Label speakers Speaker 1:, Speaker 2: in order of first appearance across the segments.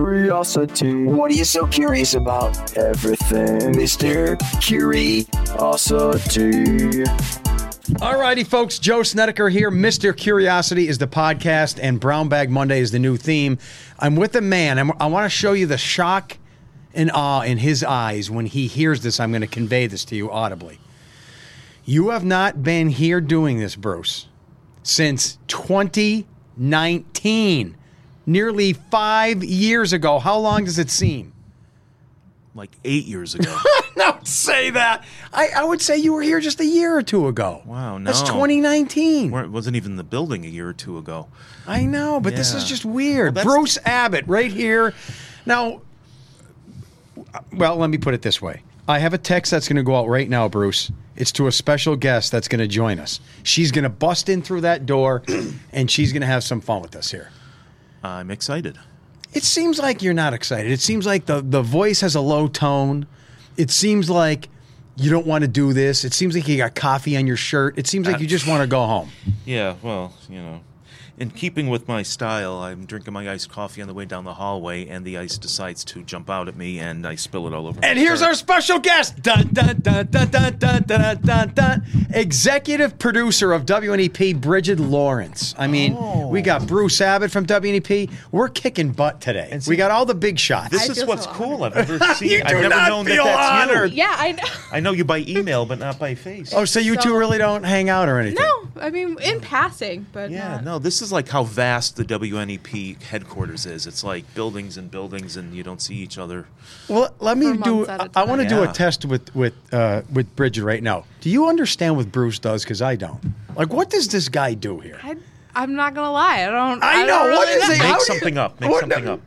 Speaker 1: Curiosity. What are you so curious about? Everything, Mr. Curiosity.
Speaker 2: All righty, folks. Joe Snedeker here. Mr. Curiosity is the podcast, and Brown Bag Monday is the new theme. I'm with a man, and I want to show you the shock and awe in his eyes when he hears this. I'm going to convey this to you audibly. You have not been here doing this, Bruce, since 2019, nearly five years ago. How long does it seem?
Speaker 3: like eight years ago.
Speaker 2: Don't say that. I, I would say you were here just a year or two ago.
Speaker 3: Wow,
Speaker 2: That's
Speaker 3: no.
Speaker 2: 2019.
Speaker 3: Weren't- wasn't even in the building a year or two ago.
Speaker 2: I know, but this is
Speaker 3: Yeah.
Speaker 2: just weird.
Speaker 3: Well, that's-
Speaker 2: Bruce Abbott right here. Now, well, let me put it this way. I have a text that's going to go out right now, Bruce. It's to a special guest that's going to join us. She's going to bust in through that door and she's going to have some fun with us here.
Speaker 3: I'm excited.
Speaker 2: It seems like you're not excited. It seems like the, the voice has a low tone. It seems like you don't want to do this. It seems like you got coffee on your shirt. It seems like you just want to go home.
Speaker 3: Yeah, well, you know, in keeping with my style, I'm drinking my iced coffee on the way down the hallway, and the ice decides to jump out at me, and I spill it all over.
Speaker 2: And here's our special guest, dun, dun, dun, dun, dun, dun, dun, dun, dun, executive producer of WNEP, Bridget Lawrence. I mean,
Speaker 4: Oh.
Speaker 2: we got Bruce Abbott from WNEP. We're kicking butt today. we got all the big shots.
Speaker 3: This
Speaker 4: I
Speaker 3: is
Speaker 4: feel
Speaker 3: what's
Speaker 4: so
Speaker 3: cool. I've never seen.
Speaker 2: You
Speaker 3: I've
Speaker 2: do
Speaker 3: never
Speaker 2: not
Speaker 3: known
Speaker 2: feel
Speaker 3: that that's
Speaker 2: honored.
Speaker 3: You.
Speaker 4: Yeah, I know.
Speaker 3: I know you by email, but not by face.
Speaker 2: oh, so you two
Speaker 4: So-
Speaker 2: really don't hang out or anything?
Speaker 4: No, I mean in passing, but
Speaker 3: yeah.
Speaker 4: not-
Speaker 3: No, this is like how vast the WNEP headquarters is. It's like buildings and buildings, and you don't see each other.
Speaker 2: Well, let me
Speaker 4: For
Speaker 2: do.
Speaker 4: months at a
Speaker 2: I, I want to do a
Speaker 3: Yeah.
Speaker 2: test with with uh, with Bridget right now. Do you understand what Bruce does? Because I don't. Like, what does this guy do here?
Speaker 4: I, I'm not gonna lie. I don't.
Speaker 2: I know,
Speaker 4: don't
Speaker 2: what
Speaker 4: really
Speaker 2: is it?
Speaker 4: know.
Speaker 2: How
Speaker 3: Make
Speaker 2: do
Speaker 3: something up. Make
Speaker 2: what-
Speaker 3: something up.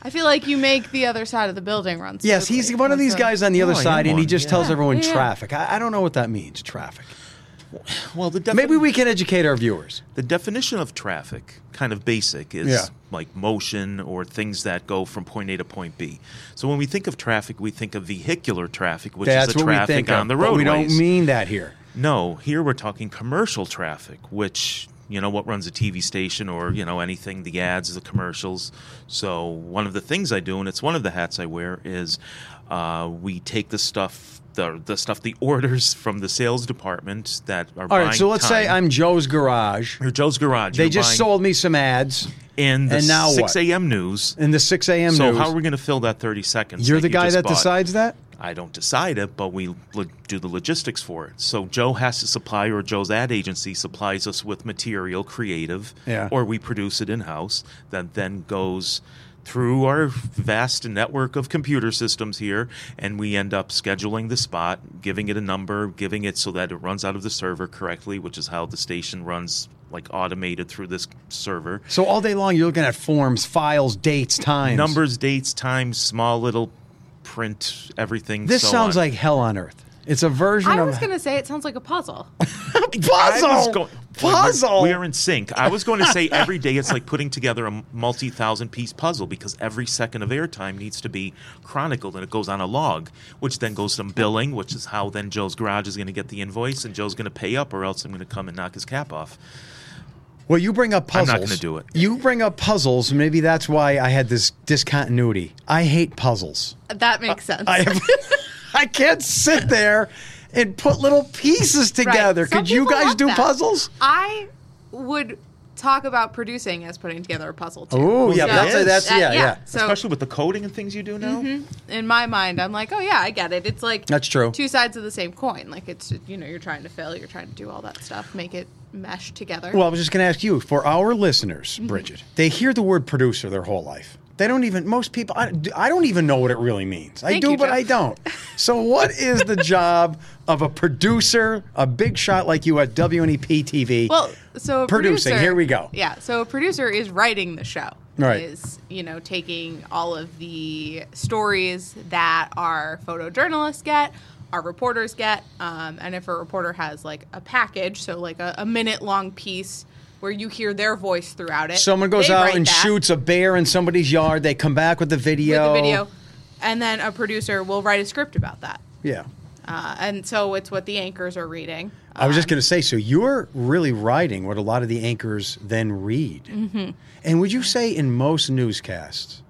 Speaker 4: I feel like you make the other side of the building run.
Speaker 2: Yes,
Speaker 4: smoothly.
Speaker 2: he's one of these
Speaker 4: That's a- Oh,
Speaker 2: guys on the other
Speaker 3: No, I am
Speaker 2: side, and he
Speaker 3: one,
Speaker 2: just
Speaker 3: yeah.
Speaker 2: tells everyone
Speaker 4: Yeah.
Speaker 2: traffic. I, I don't know what that means, traffic.
Speaker 3: Well, the defin-
Speaker 2: Maybe we can educate our viewers.
Speaker 3: The definition of traffic, kind of basic, is
Speaker 2: Yeah.
Speaker 3: like motion or things that go from point A to point B. So when we think of traffic, we think of vehicular traffic, which
Speaker 2: That's
Speaker 3: is the
Speaker 2: what we
Speaker 3: traffic
Speaker 2: think
Speaker 3: on
Speaker 2: of,
Speaker 3: the
Speaker 2: but
Speaker 3: roadways.
Speaker 2: we don't mean that here.
Speaker 3: no, here we're talking commercial traffic, which you know what runs a TV station or you know anything, the ads, the commercials. So one of the things I do, and it's one of the hats I wear, is uh, we take the stuff. The, the stuff, the orders from the sales department that are
Speaker 2: All right, so let's say I'm Joe's Garage.
Speaker 3: or Joe's Garage.
Speaker 2: They
Speaker 3: you're
Speaker 2: just
Speaker 3: buying-
Speaker 2: sold me some ads
Speaker 3: in the
Speaker 2: And now what?
Speaker 3: 6 a.m. news.
Speaker 2: in the 6 a.m.
Speaker 3: so
Speaker 2: news.
Speaker 3: how are we going to fill that 30 seconds?
Speaker 2: You're
Speaker 3: that
Speaker 2: the
Speaker 3: you
Speaker 2: guy
Speaker 3: just
Speaker 2: that
Speaker 3: bought?
Speaker 2: decides that?
Speaker 3: I don't decide it, but we lo- do the logistics for it. So Joe has to supply, or Joe's ad agency supplies us with material, creative,
Speaker 2: Yeah.
Speaker 3: or we produce it in house. That then goes through our vast network of computer systems here, and we end up scheduling the spot, giving it a number, giving it so that it runs out of the server correctly, which is how the station runs, like automated through this server.
Speaker 2: So all day long, you're looking at forms, files, dates, times.
Speaker 3: numbers, dates, times, small little print, everything.
Speaker 2: This
Speaker 3: so
Speaker 2: sounds
Speaker 3: on.
Speaker 2: like hell on earth. It's a version
Speaker 4: I
Speaker 2: of
Speaker 4: was gonna say it sounds like a puzzle.
Speaker 3: I
Speaker 2: puzzle.
Speaker 3: was go-
Speaker 2: puzzle.
Speaker 3: We are in sync. I was going to say every day it's like putting together a multi-thousand piece puzzle because every second of airtime needs to be chronicled and it goes on a log, which then goes to billing, which is how then Joe's garage is going to get the invoice and Joe's going to pay up or else I'm going to come and knock his cap off.
Speaker 2: Well, you bring up
Speaker 3: I'm
Speaker 2: puzzles.
Speaker 3: not gonna do it.
Speaker 2: You bring up puzzles. Maybe that's why I had this discontinuity. I hate puzzles.
Speaker 4: That makes sense.
Speaker 2: I have, I can't sit there and put little pieces
Speaker 4: Right.
Speaker 2: together.
Speaker 4: Some
Speaker 2: Could you
Speaker 4: people
Speaker 2: guys
Speaker 4: love
Speaker 2: do
Speaker 4: that.
Speaker 2: puzzles?
Speaker 4: I would talk about producing as putting together a puzzle too.
Speaker 2: Oh, yeah,
Speaker 4: So-
Speaker 2: that's- that's-
Speaker 4: Uh,
Speaker 2: yeah, yeah.
Speaker 4: So Mm-hmm.
Speaker 3: Especially with the coding and things you do now.
Speaker 4: in my mind, I'm like, oh yeah, I get it. It's like
Speaker 2: That's true.
Speaker 4: Two sides of the same coin. Like it's you know you're trying to fill, you're trying to do all that stuff, make it mesh together.
Speaker 2: Well, I was just going to ask you for our listeners, Bridget. They hear the word producer their whole life. They don't even most people. I, I don't even know what it really means. I
Speaker 4: Thank
Speaker 2: do,
Speaker 4: you,
Speaker 2: but
Speaker 4: Joe.
Speaker 2: I don't. So, what is the job of a producer, a big shot like you at E WNEP TV?
Speaker 4: Well, so a
Speaker 2: Producing,
Speaker 4: producer-
Speaker 2: here we go.
Speaker 4: Yeah, so a producer is writing the show.
Speaker 2: Right.
Speaker 4: Is you know taking all of the stories that our photojournalists get, our reporters get, um, and if a reporter has like a package, so like a, a minute long piece where you hear their voice throughout it.
Speaker 2: someone goes
Speaker 4: they
Speaker 2: out
Speaker 4: write
Speaker 2: and
Speaker 4: that.
Speaker 2: shoots a bear in somebody's yard. They come back with the video.
Speaker 4: with the video, and then a producer will write a script about that.
Speaker 2: Yeah.
Speaker 4: Uh, and so it's what the anchors are reading.
Speaker 2: I was just going to say, so you're really writing what a lot of the anchors then read.
Speaker 4: Mm-hmm.
Speaker 2: And would you say in most newscasts,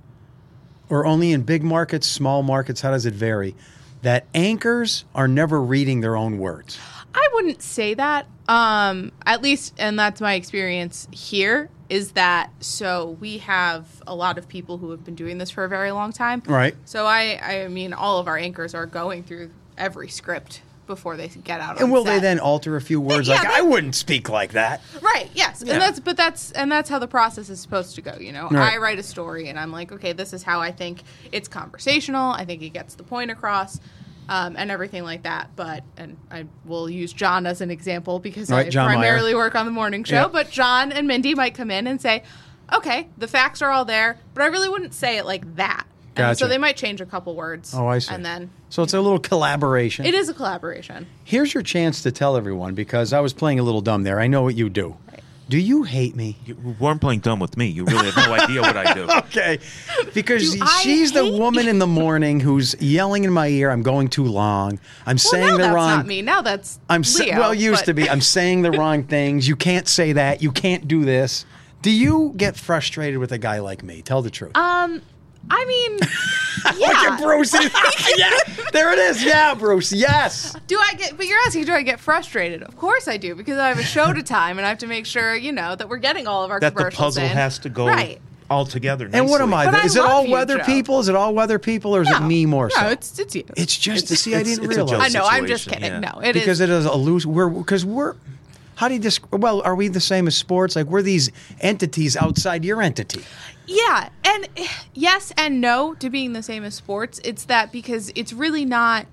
Speaker 2: or only in big markets, small markets, how does it vary, that anchors are never reading their own words?
Speaker 4: I wouldn't say that. Um, at least, and that's my experience here is that so we have a lot of people who have been doing this for a very long time.
Speaker 2: Right.
Speaker 4: So I, I mean, all of our anchors are going through every script before they get out.
Speaker 2: And
Speaker 4: on
Speaker 2: will they
Speaker 4: set.
Speaker 2: then alter a few words?
Speaker 4: Yeah,
Speaker 2: like,
Speaker 4: that-
Speaker 2: I wouldn't speak like that.
Speaker 4: Right. Yes.
Speaker 3: Yeah.
Speaker 4: And that's but that's and that's how the process is supposed to go. You know,
Speaker 2: Right.
Speaker 4: I write a story and I'm like, okay, this is how I think it's conversational. I think it gets the point across. Um, and everything like that, but and I will use John as an example because
Speaker 2: Right,
Speaker 4: I
Speaker 2: John Meyer.
Speaker 4: primarily work on the morning show.
Speaker 2: Yeah.
Speaker 4: But John and Mindy might come in and say, "Okay, the facts are all there, but I really wouldn't say it like that." And
Speaker 2: Gotcha.
Speaker 4: so they might change a couple words.
Speaker 2: Oh, I see.
Speaker 4: And then
Speaker 2: So it's a little collaboration.
Speaker 4: it is a collaboration.
Speaker 2: Here's your chance to tell everyone because I was playing a little dumb there. I know what you do.
Speaker 4: Right.
Speaker 2: Do you hate me?
Speaker 3: You weren't playing dumb with me. You really have no idea what I do.
Speaker 2: Okay. Because
Speaker 4: Do I
Speaker 2: she's the
Speaker 4: hate
Speaker 2: woman in the morning who's yelling in my ear, I'm going too long. I'm
Speaker 4: Well,
Speaker 2: saying
Speaker 4: now
Speaker 2: the
Speaker 4: that's
Speaker 2: wrong
Speaker 4: not me. Now that's
Speaker 2: I'm sa-
Speaker 4: Leo,
Speaker 2: well used
Speaker 4: but-
Speaker 2: to be. I'm saying the wrong things. You can't say that. You can't do this. Do you get frustrated with a guy like me? Tell the truth.
Speaker 4: Um, I mean, yeah.
Speaker 2: Look at Bruce. yeah. There it is. Yeah, Bruce. Yes.
Speaker 4: Do I get? But you're asking, do I get frustrated? Of course I do, because I have a show to time, and I have to make sure you know that we're getting all of our
Speaker 3: That the
Speaker 4: commercials.
Speaker 3: puzzle
Speaker 4: in.
Speaker 3: has to go
Speaker 4: right.
Speaker 3: all together. Nicely.
Speaker 2: And what am I?
Speaker 4: But I
Speaker 2: is it
Speaker 4: love
Speaker 2: all
Speaker 4: you,
Speaker 2: weather
Speaker 4: Joe.
Speaker 2: people? Is it all weather people or is it
Speaker 4: No.
Speaker 2: me more so?
Speaker 4: No, it's it's you.
Speaker 2: It's just to see. I
Speaker 3: it's-
Speaker 2: didn't
Speaker 3: it's a joke.
Speaker 4: I
Speaker 2: realize
Speaker 4: know. I'm just kidding.
Speaker 3: situation, yeah.
Speaker 4: No, it is
Speaker 2: because it is a loose. We're because we're. How do you describe? Well, are we the same as sports? Like we're these entities outside your entity.
Speaker 4: Yeah, and yes and no to being the same as sports. It's that because it's really not,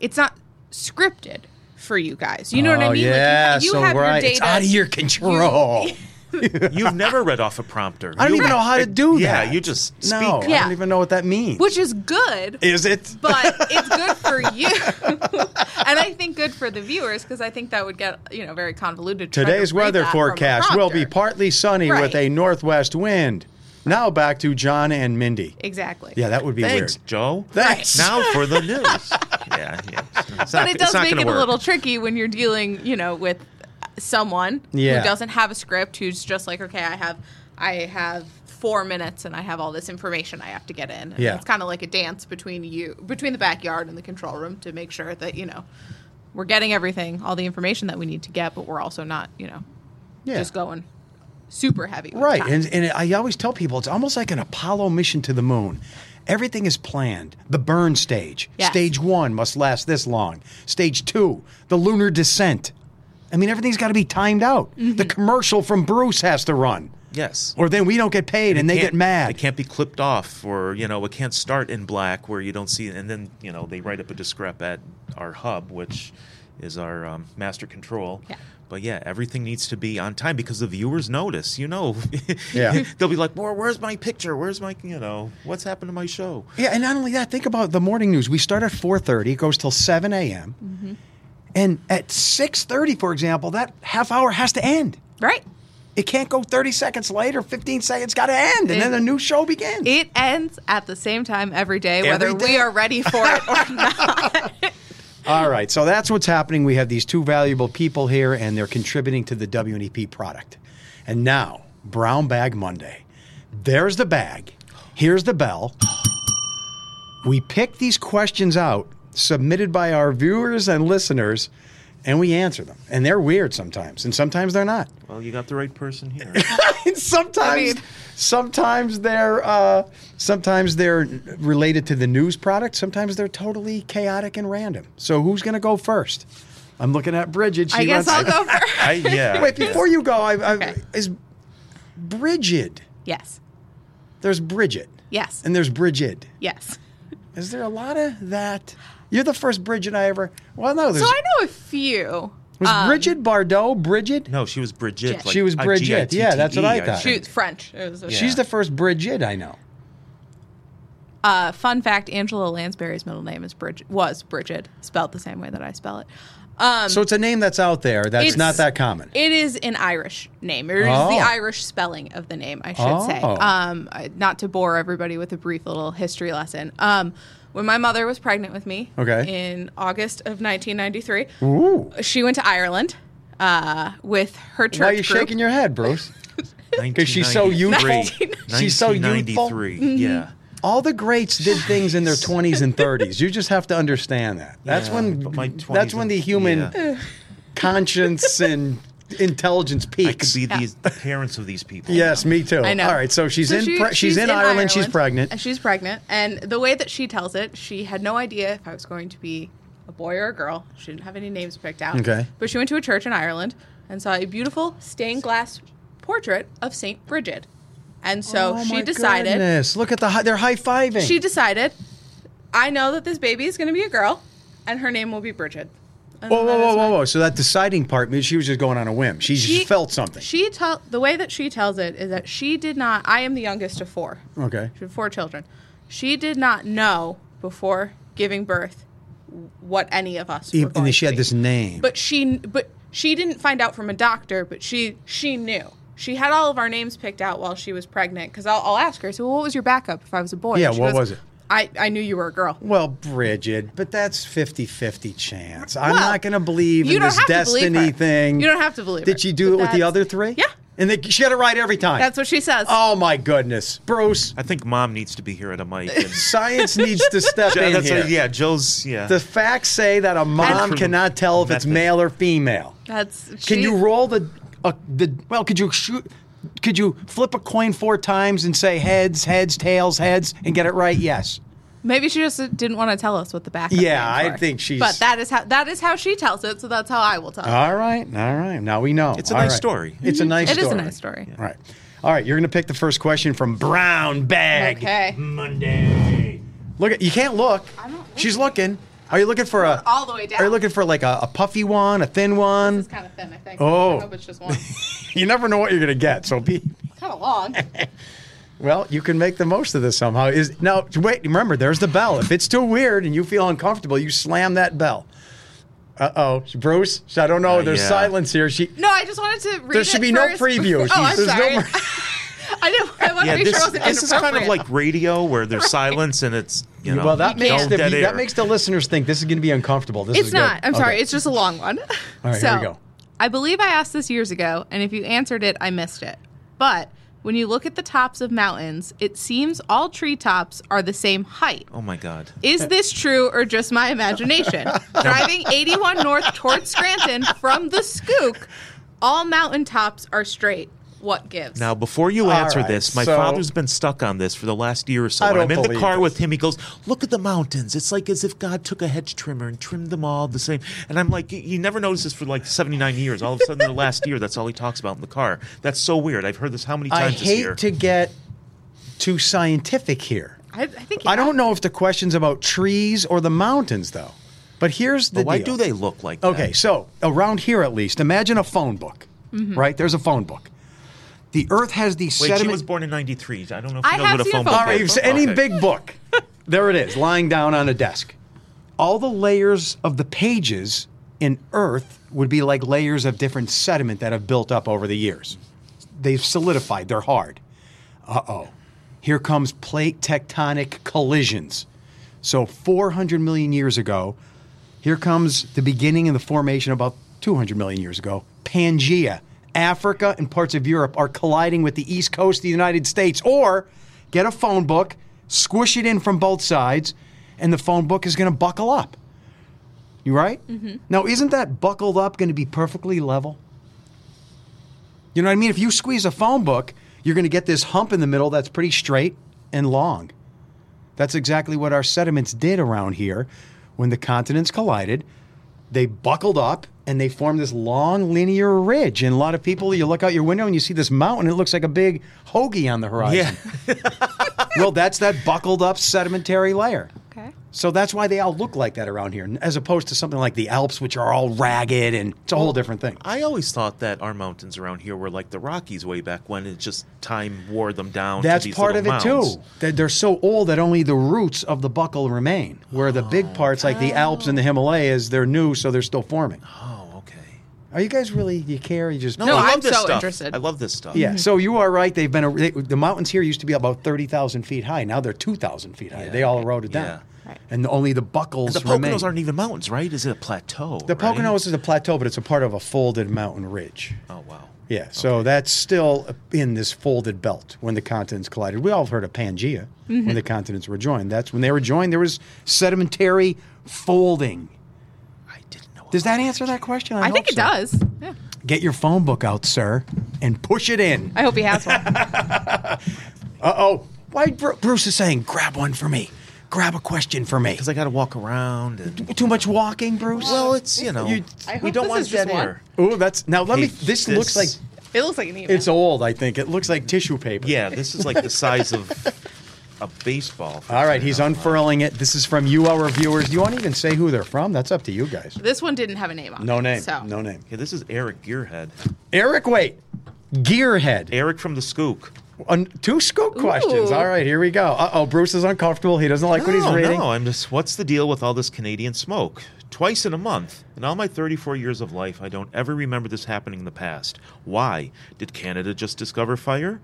Speaker 4: it's not scripted for you guys. You know what I
Speaker 2: Oh,
Speaker 4: mean?
Speaker 2: yeah,
Speaker 4: like you, you
Speaker 2: so
Speaker 4: have
Speaker 2: right.
Speaker 4: your data.
Speaker 2: It's out of your control.
Speaker 3: You've never read off a prompter.
Speaker 2: I don't
Speaker 3: You-
Speaker 2: even know how to do
Speaker 3: yeah,
Speaker 2: that.
Speaker 3: you just speak.
Speaker 2: No, I
Speaker 4: Yeah.
Speaker 2: don't even know what that means.
Speaker 4: which is good.
Speaker 2: is it?
Speaker 4: but it's good for you, and I think good for the viewers because I think that would get you know very convoluted. trying to
Speaker 2: Today's
Speaker 4: read
Speaker 2: weather
Speaker 4: that from a
Speaker 2: forecast will be
Speaker 4: prompter.
Speaker 2: partly sunny with
Speaker 4: Right.
Speaker 2: a northwest wind. Now back to John and Mindy.
Speaker 4: exactly.
Speaker 2: Yeah, that would be
Speaker 3: Thanks,
Speaker 2: weird.
Speaker 3: Joe.
Speaker 2: Thanks.
Speaker 3: Now for the news. yeah, yeah. It's not-
Speaker 4: but it
Speaker 3: it's
Speaker 4: does
Speaker 3: not
Speaker 4: make
Speaker 3: gonna
Speaker 4: it
Speaker 3: work.
Speaker 4: a little tricky when you're dealing, you know, with someone
Speaker 2: Yeah.
Speaker 4: who doesn't have a script, who's just like, okay, I have, I have four minutes, and I have all this information I have to get in. And
Speaker 2: Yeah.
Speaker 4: it's kind of like a dance between you, between the backyard and the control room, to make sure that you know we're getting everything, all the information that we need to get, but we're also not, you know,
Speaker 2: Yeah.
Speaker 4: just going super heavy. with
Speaker 2: Right.
Speaker 4: time.
Speaker 2: And, and I always tell people it's almost like an Apollo mission to the moon. Everything is planned. The burn stage.
Speaker 4: Yes.
Speaker 2: Stage one must last this long. Stage two, the lunar descent. I mean, everything's got to be timed out. The commercial from Bruce has to run,
Speaker 3: Mm-hmm. Yes.
Speaker 2: or then we don't get paid and, they
Speaker 3: Can't-
Speaker 2: get mad.
Speaker 3: It can't be clipped off, or you know, it can't start in black where you don't see. And then you know, they write up a discrep at our hub, which is our um, master control.
Speaker 4: Yeah.
Speaker 3: But yeah, everything needs to be on time because the viewers notice. You know,
Speaker 2: Yeah.
Speaker 3: they'll be like, "Well, where's my picture? Where's my you know, what's happened to my show?"
Speaker 2: Yeah, and not only that, think about the morning news. We start at four thirty, it goes till seven a.m.
Speaker 3: Mm-hmm.
Speaker 2: And at six thirty, for example, that half hour has to end.
Speaker 4: right.
Speaker 2: It can't go thirty seconds later, fifteen seconds. Got to end, and then a new show begins.
Speaker 4: It ends at the same time every day, whether
Speaker 2: Every day.
Speaker 4: we are ready for it or not.
Speaker 2: All right, so that's what's happening. We have these two valuable people here, and they're contributing to the WNEP product. And now, Brown Bag Monday. There's the bag. Here's the bell. We pick these questions out, submitted by our viewers and listeners, and we answer them. And they're weird sometimes, and sometimes they're not.
Speaker 3: Well, you got the right person here.
Speaker 2: And sometimes,
Speaker 4: I mean-
Speaker 2: sometimes they're uh, sometimes they're related to the news product. Sometimes they're totally chaotic and random. So who's going to go first? I'm looking at Bridget. She
Speaker 4: I guess
Speaker 2: wants-
Speaker 4: I'll go first.
Speaker 3: I, yeah.
Speaker 2: Wait, before you go, I, I,
Speaker 4: Okay.
Speaker 2: is Bridget?
Speaker 4: Yes.
Speaker 2: There's Bridget,
Speaker 4: Yes.
Speaker 2: and there's Bridget.
Speaker 4: yes.
Speaker 2: Is there a lot of that? You're the first Bridget I ever. Well, no, there's
Speaker 4: So I know a few.
Speaker 2: was
Speaker 4: Um,
Speaker 2: Bridget Bardot. Bridget.
Speaker 3: No, she was Bridget.
Speaker 2: She was
Speaker 3: uh,
Speaker 2: Bridget.
Speaker 3: G-I-T-T-E,
Speaker 2: Yeah, that's what I thought.
Speaker 4: She
Speaker 3: think.
Speaker 4: was French. It was a-
Speaker 3: Yeah.
Speaker 2: She's the first Bridget I know.
Speaker 4: uh, fun fact: Angela Lansbury's middle name is Bridget. Was Bridget spelled the same way that I spell it?
Speaker 2: so it's a name that's out there that's not that common.
Speaker 4: It is an Irish name. It is
Speaker 2: Oh.
Speaker 4: the Irish spelling of the name, I should say.
Speaker 2: Oh.
Speaker 4: Um, uh, not to bore everybody with a brief little history lesson. Um, when my mother was pregnant with me
Speaker 2: Okay.
Speaker 4: in August of 1993,
Speaker 2: Ooh.
Speaker 4: she went to Ireland uh, with her church
Speaker 2: Why are you
Speaker 4: group.
Speaker 2: shaking your head, Bruce?
Speaker 3: Because
Speaker 2: she's so youthful. She's so youthful. Mm-hmm.
Speaker 3: 1993. Yeah.
Speaker 2: All the greats did things in their 20s and 30s. You just have to understand that. That's
Speaker 3: Yeah, but my
Speaker 2: when that's
Speaker 3: 20s
Speaker 2: when
Speaker 3: and-
Speaker 2: the human
Speaker 3: yeah.
Speaker 2: conscience and intelligence
Speaker 3: I could
Speaker 2: peaks.
Speaker 3: be the, the parents of these people.
Speaker 2: yes, me too.
Speaker 4: I know.
Speaker 2: Oh, All right, so she's
Speaker 4: So
Speaker 2: in
Speaker 4: she-
Speaker 2: pre- she's, in, Ireland, she's
Speaker 4: And
Speaker 2: pregnant.
Speaker 4: she's pregnant. And the way that she tells it, she had no idea if I was going to be a boy or a girl. She didn't have any names picked out.
Speaker 2: Okay.
Speaker 4: But she went to a church in Ireland and saw a beautiful stained glass portrait of Saint Bridget. And so
Speaker 2: Oh, my
Speaker 4: she decided
Speaker 2: Goodness. Look at the hi- they're high-fiving.
Speaker 4: she decided I know that this baby is going to be a girl and her name will be Bridget. And
Speaker 2: Whoa,
Speaker 4: that
Speaker 2: whoa,
Speaker 4: is
Speaker 2: whoa,
Speaker 4: why-
Speaker 2: whoa, whoa! So that deciding part, means she was just going on a whim. She,
Speaker 4: She-
Speaker 2: just felt something.
Speaker 4: She tell the way that she tells it is that she did not I am the youngest of four.
Speaker 2: okay.
Speaker 4: She had four children. She did not know before giving birth what any of us. Were
Speaker 2: Even,
Speaker 4: going
Speaker 2: E- and she
Speaker 4: to
Speaker 2: had
Speaker 4: be.
Speaker 2: this name.
Speaker 4: But she, but she didn't find out from a doctor. But she, she knew. She had all of our names picked out while she was pregnant. Because I'll, I'll ask her. So, what was your backup if I was a boy?
Speaker 2: Yeah,
Speaker 4: And she
Speaker 2: what
Speaker 4: goes,
Speaker 2: was it?
Speaker 4: I, I knew you were a girl.
Speaker 2: well, Bridget, but that's 50-50 chance. I'm
Speaker 4: Well,
Speaker 2: not going to believe
Speaker 4: you
Speaker 2: in
Speaker 4: don't
Speaker 2: this
Speaker 4: have to believe
Speaker 2: destiny
Speaker 4: her.
Speaker 2: thing.
Speaker 4: You don't have to believe
Speaker 2: Did
Speaker 4: her.
Speaker 2: she do
Speaker 4: But
Speaker 2: it with the
Speaker 4: that's-
Speaker 2: other three?
Speaker 4: Yeah.
Speaker 2: And they, she had it right every time.
Speaker 4: That's what she says.
Speaker 2: Oh my goodness, Bruce!
Speaker 3: I think mom needs to be here at a mic. And,
Speaker 2: Science needs to step
Speaker 3: Yeah,
Speaker 2: in
Speaker 3: that's
Speaker 2: here.
Speaker 3: a- yeah, Joe's. Yeah.
Speaker 2: The facts say that a mom
Speaker 3: Proof
Speaker 2: cannot tell if it's
Speaker 3: method.
Speaker 2: male or female.
Speaker 4: That's.
Speaker 2: Can
Speaker 4: she-
Speaker 2: you roll the uh, the well? Could you shoot? Could you flip a coin four times and say heads, heads, tails, heads, and get it right? Yes.
Speaker 4: Maybe she just didn't want to tell us what the backup.
Speaker 2: Yeah,
Speaker 4: names
Speaker 2: I
Speaker 4: were.
Speaker 2: think she's- Ah.
Speaker 4: But that is how that is how she tells it. So that's how I will tell. it.
Speaker 2: All right, all right. Now we know.
Speaker 3: It's a
Speaker 2: All
Speaker 3: nice
Speaker 2: right.
Speaker 3: story.
Speaker 2: It's a nice.
Speaker 4: It is a
Speaker 2: story.
Speaker 4: nice story.
Speaker 2: All right, all right. You're gonna pick the first question from Brown Bag
Speaker 4: Okay.
Speaker 2: Monday. Look, at you can't look.
Speaker 4: I'm not
Speaker 2: She's looking. Are you looking for a
Speaker 4: all the way down.
Speaker 2: Are you looking for like a, a puffy one, a thin one?
Speaker 4: It's kind of thin, I think.
Speaker 2: Oh.
Speaker 4: I hope it's just one. It's
Speaker 2: You never know what you're gonna get. So be
Speaker 4: kind of long.
Speaker 2: Well, you can make the most of this somehow. Is now wait, remember there's the bell. If it's too weird and you feel uncomfortable, you slam that bell. Uh oh, Bruce. I don't know.
Speaker 3: Uh,
Speaker 2: there's
Speaker 3: yeah.
Speaker 2: silence here. She.
Speaker 4: No, I just wanted to read
Speaker 2: There should
Speaker 4: it
Speaker 2: be no
Speaker 4: first
Speaker 2: preview.
Speaker 4: before- oh, I'm
Speaker 2: There's no
Speaker 4: sorry.
Speaker 2: more-
Speaker 4: I didn't. I wanted
Speaker 3: yeah,
Speaker 4: to be
Speaker 3: this,
Speaker 4: sure it wasn't
Speaker 3: this is kind of
Speaker 4: inappropriate.
Speaker 3: like radio where there's silence and it's you know
Speaker 2: well, that
Speaker 4: You
Speaker 2: makes
Speaker 4: can't.
Speaker 2: the
Speaker 3: Dead air.
Speaker 2: that makes the listeners think this is going to be uncomfortable. This
Speaker 4: It's
Speaker 2: is good.
Speaker 4: not. I'm sorry.
Speaker 2: Okay.
Speaker 4: It's just a long one. All
Speaker 2: right, here
Speaker 4: so,
Speaker 2: we go.
Speaker 4: I believe I asked this years ago, and if you answered it, I missed it. But when you look at the tops of mountains, it seems all treetops are the same height.
Speaker 3: oh my god.
Speaker 4: Is this true or just my imagination? Driving 81 north towards Scranton from the Skook, all mountain tops are straight. What gives?
Speaker 3: Now, before you answer
Speaker 2: right,
Speaker 3: this, my
Speaker 2: so-
Speaker 3: father's been stuck on this for the last year or so.
Speaker 2: I
Speaker 3: When
Speaker 2: don't
Speaker 3: I'm in the
Speaker 2: believe
Speaker 3: car
Speaker 2: this.
Speaker 3: with him. He goes, "Look at the mountains. It's like as if God took a hedge trimmer and trimmed them all the same." And I'm like, "You- "You never noticed this for like 79 years. All of a sudden, the last year, that's all he talks about in the car. That's so weird. I've heard this how many
Speaker 2: I
Speaker 3: times this year."
Speaker 2: hate to get too scientific here.
Speaker 4: I, I think
Speaker 2: I don't know if the question's about trees or the mountains, though. But here's the
Speaker 3: But why
Speaker 2: deal.
Speaker 3: do they look like that?
Speaker 2: Okay, so around here at least, imagine a phone book,
Speaker 4: Mm-hmm.
Speaker 2: right? There's a phone book. The Earth has the
Speaker 3: Wait,
Speaker 2: sediment.
Speaker 3: she was born in '93. I don't know if
Speaker 4: I
Speaker 3: you know
Speaker 4: have
Speaker 3: what a
Speaker 4: seen a
Speaker 3: phone
Speaker 4: phone
Speaker 3: book
Speaker 2: All right,
Speaker 3: is.
Speaker 2: so any
Speaker 3: Okay.
Speaker 2: big book, there it is, lying down on a desk. All the layers of the pages in Earth would be like layers of different sediment that have built up over the years. They've solidified. They're hard. Uh oh. Here comes plate tectonic collisions. So 400 million years ago, here comes the beginning of the formation about 200 million years ago. Pangaea, Africa, and parts of Europe are colliding with the east coast of the United States. Or get a phone book, squish it in from both sides, and the phone book is going to buckle up. You right? Mm-hmm. Now, isn't that buckled up going to be perfectly level? You know what I mean? If you squeeze a phone book, you're going to get this hump in the middle that's pretty straight and long. That's exactly what our sediments did around here when the continents collided. They buckled up and they formed this long linear ridge. And a lot of people, you look out your window and you see this mountain, it looks like a big hoagie on the horizon.
Speaker 3: Yeah.
Speaker 2: well, that's that buckled up sedimentary layer.
Speaker 4: Okay.
Speaker 2: So that's why they all look like that around here, as opposed to something like the Alps, which are all ragged and it's a whole different thing.
Speaker 3: I always thought that our mountains around here were like the Rockies way back when. It just time wore them down. to
Speaker 2: That's
Speaker 3: these
Speaker 2: part of
Speaker 3: little
Speaker 2: it
Speaker 3: mounds.
Speaker 2: too. That they're so old that only the roots of the buckle remain. Where the big parts, like the Alps and the Himalayas, they're new, so they're still forming.
Speaker 3: Oh, okay.
Speaker 2: Are you guys really? You care? You just
Speaker 4: No,
Speaker 3: I love
Speaker 4: I'm
Speaker 3: this
Speaker 4: so
Speaker 3: stuff.
Speaker 4: interested.
Speaker 3: I love this stuff.
Speaker 2: Yeah. So you are right. They've been a, they, the mountains here used to be about thirty thousand feet high. Now they're two thousand feet high.
Speaker 3: Yeah.
Speaker 2: They all eroded down,
Speaker 4: Yeah. Right.
Speaker 2: and only the buckles
Speaker 3: The
Speaker 2: remain.
Speaker 3: Poconos aren't even mountains, right? Is it a plateau?
Speaker 2: the
Speaker 3: right?
Speaker 2: Poconos is a plateau, but it's a part of a folded mountain ridge.
Speaker 3: Oh wow.
Speaker 2: Yeah, so that's still in this folded belt when the continents collided. We all have heard of Pangea when
Speaker 4: Mm-hmm.
Speaker 2: the continents were joined. That's when they were joined. There was sedimentary folding.
Speaker 3: I didn't know.
Speaker 2: Does
Speaker 3: about
Speaker 2: that answer that question?
Speaker 4: I, think
Speaker 2: hope so.
Speaker 4: it does. Yeah.
Speaker 2: Get your phone book out, sir, and push it in.
Speaker 4: I hope he has one.
Speaker 2: Uh oh. Why Bru- Bruce is saying, grab one for me. Grab a question for me.
Speaker 3: Because I got to walk around and.
Speaker 2: Too much walking, Bruce.
Speaker 3: Well, it's you know.
Speaker 2: You-
Speaker 4: I
Speaker 3: we
Speaker 4: hope
Speaker 3: don't
Speaker 4: this
Speaker 3: want
Speaker 4: is just
Speaker 3: dead
Speaker 4: one.
Speaker 3: air.
Speaker 2: oh, that's now. Let me.
Speaker 3: Hey,
Speaker 2: This, looks
Speaker 3: this-
Speaker 2: like
Speaker 4: it looks like an email.
Speaker 2: it's old. I think it looks like tissue paper.
Speaker 3: Yeah, this is like the size of a baseball.
Speaker 2: All right, he's unfurling it. This is from you, our viewers. You won't even say who they're from. That's up to you guys.
Speaker 4: this one didn't have a name on it.
Speaker 2: No name.
Speaker 4: So.
Speaker 2: No name.
Speaker 3: Okay, this is Eric Gearhead.
Speaker 2: Eric, wait. Gearhead.
Speaker 3: Eric from the Skook.
Speaker 2: Un- two scoop questions.
Speaker 4: Ooh.
Speaker 2: All right, here we go. Uh oh, Bruce is uncomfortable. He doesn't like what he's
Speaker 3: no,
Speaker 2: reading.
Speaker 3: No, I'm just. What's the deal with all this Canadian smoke? Twice in a month. In all my 34 years of life, I don't ever remember this happening in the past. Why did Canada just discover fire?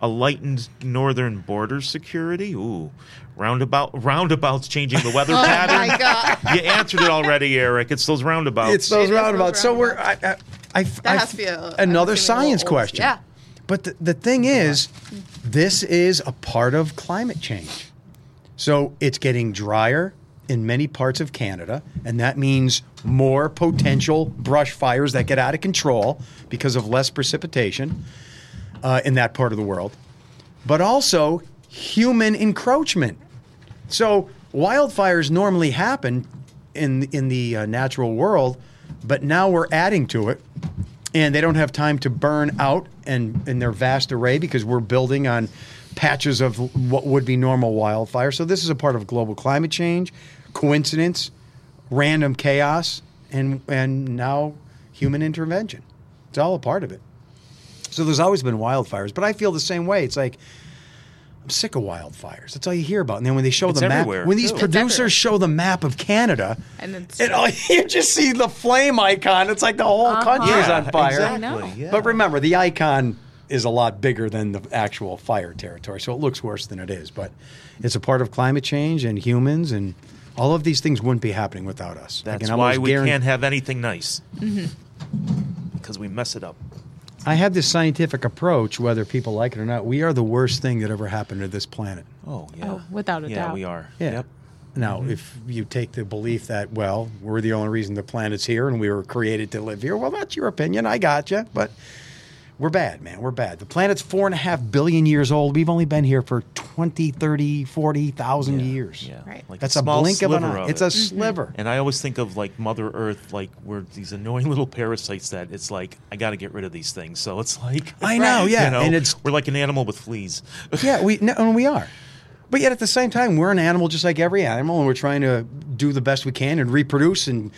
Speaker 3: A lightened northern border security? Ooh, roundabout roundabouts changing the weather
Speaker 4: Oh
Speaker 3: pattern.
Speaker 4: my god.
Speaker 3: You answered it already, Eric. It's those roundabouts.
Speaker 2: It's those
Speaker 4: It is those
Speaker 2: roundabouts. So we're. I, I, I, I-
Speaker 4: has to be a- I'm
Speaker 2: another
Speaker 4: assuming a little
Speaker 2: science
Speaker 4: old.
Speaker 2: question.
Speaker 4: Yeah.
Speaker 2: But the, the thing is, this is a part of climate change. So it's getting drier in many parts of Canada, and that means more potential brush fires that get out of control because of less precipitation uh, in that part of the world, but also human encroachment. So wildfires normally happen in in the uh, natural world, but now we're adding to it, and they don't have time to burn out and in their vast array because we're building on patches of what would be normal wildfire. So this is a part of global climate change, coincidence, random chaos, and and now human intervention. It's all a part of it. So there's always been wildfires, but I feel the same way. It's like I'm sick of wildfires. That's all you hear about. And then when they show
Speaker 3: It's
Speaker 2: the map,
Speaker 3: everywhere,
Speaker 2: when these
Speaker 3: too. It's
Speaker 4: everywhere.
Speaker 2: producers show the map of Canada,
Speaker 4: And it's-
Speaker 2: it all, you just see the flame icon. It's like the whole country is
Speaker 3: Uh-huh. Yeah,
Speaker 2: on fire.
Speaker 3: Exactly.
Speaker 4: know.
Speaker 3: yeah.
Speaker 2: But remember, the icon is a lot bigger than the actual fire territory, so it looks worse than it is. But it's a part of climate change and humans, and all of these things wouldn't be happening without us. I
Speaker 3: That's
Speaker 2: can
Speaker 3: why
Speaker 2: almost
Speaker 3: we
Speaker 2: guaran-
Speaker 3: can't have anything nice.
Speaker 4: Mm-hmm.
Speaker 3: Because we mess it up.
Speaker 2: I have this scientific approach, whether people like it or not. We are the worst thing that ever happened to this planet.
Speaker 3: Oh, yeah.
Speaker 4: Oh, without a
Speaker 3: yeah,
Speaker 4: doubt.
Speaker 3: we are.
Speaker 2: Yeah.
Speaker 3: Yep. Mm-hmm.
Speaker 2: Now, if you take the belief that, well, we're the only reason the planet's here and we were created to live here, well, that's your opinion. I gotcha. But we're bad, man. We're bad. The planet's four and a half billion years old. We've only been here for 20, 30, 40,000 years.
Speaker 3: Yeah.
Speaker 4: Right.
Speaker 3: Like
Speaker 2: That's
Speaker 3: a
Speaker 2: a
Speaker 3: small
Speaker 2: blink of an
Speaker 3: sliver
Speaker 2: eye.
Speaker 3: of
Speaker 2: it's
Speaker 3: it. Mm-hmm.
Speaker 2: a sliver.
Speaker 3: And I always think of like Mother Earth, like we're these annoying little parasites that it's like, I got to get rid of these things. So it's like,
Speaker 2: I know, yeah,
Speaker 3: You know,
Speaker 2: and it's-
Speaker 3: we're like an animal with fleas.
Speaker 2: yeah, we no, and we are. But yet at the same time, we're an animal just like every animal, and we're trying to do the best we can and reproduce and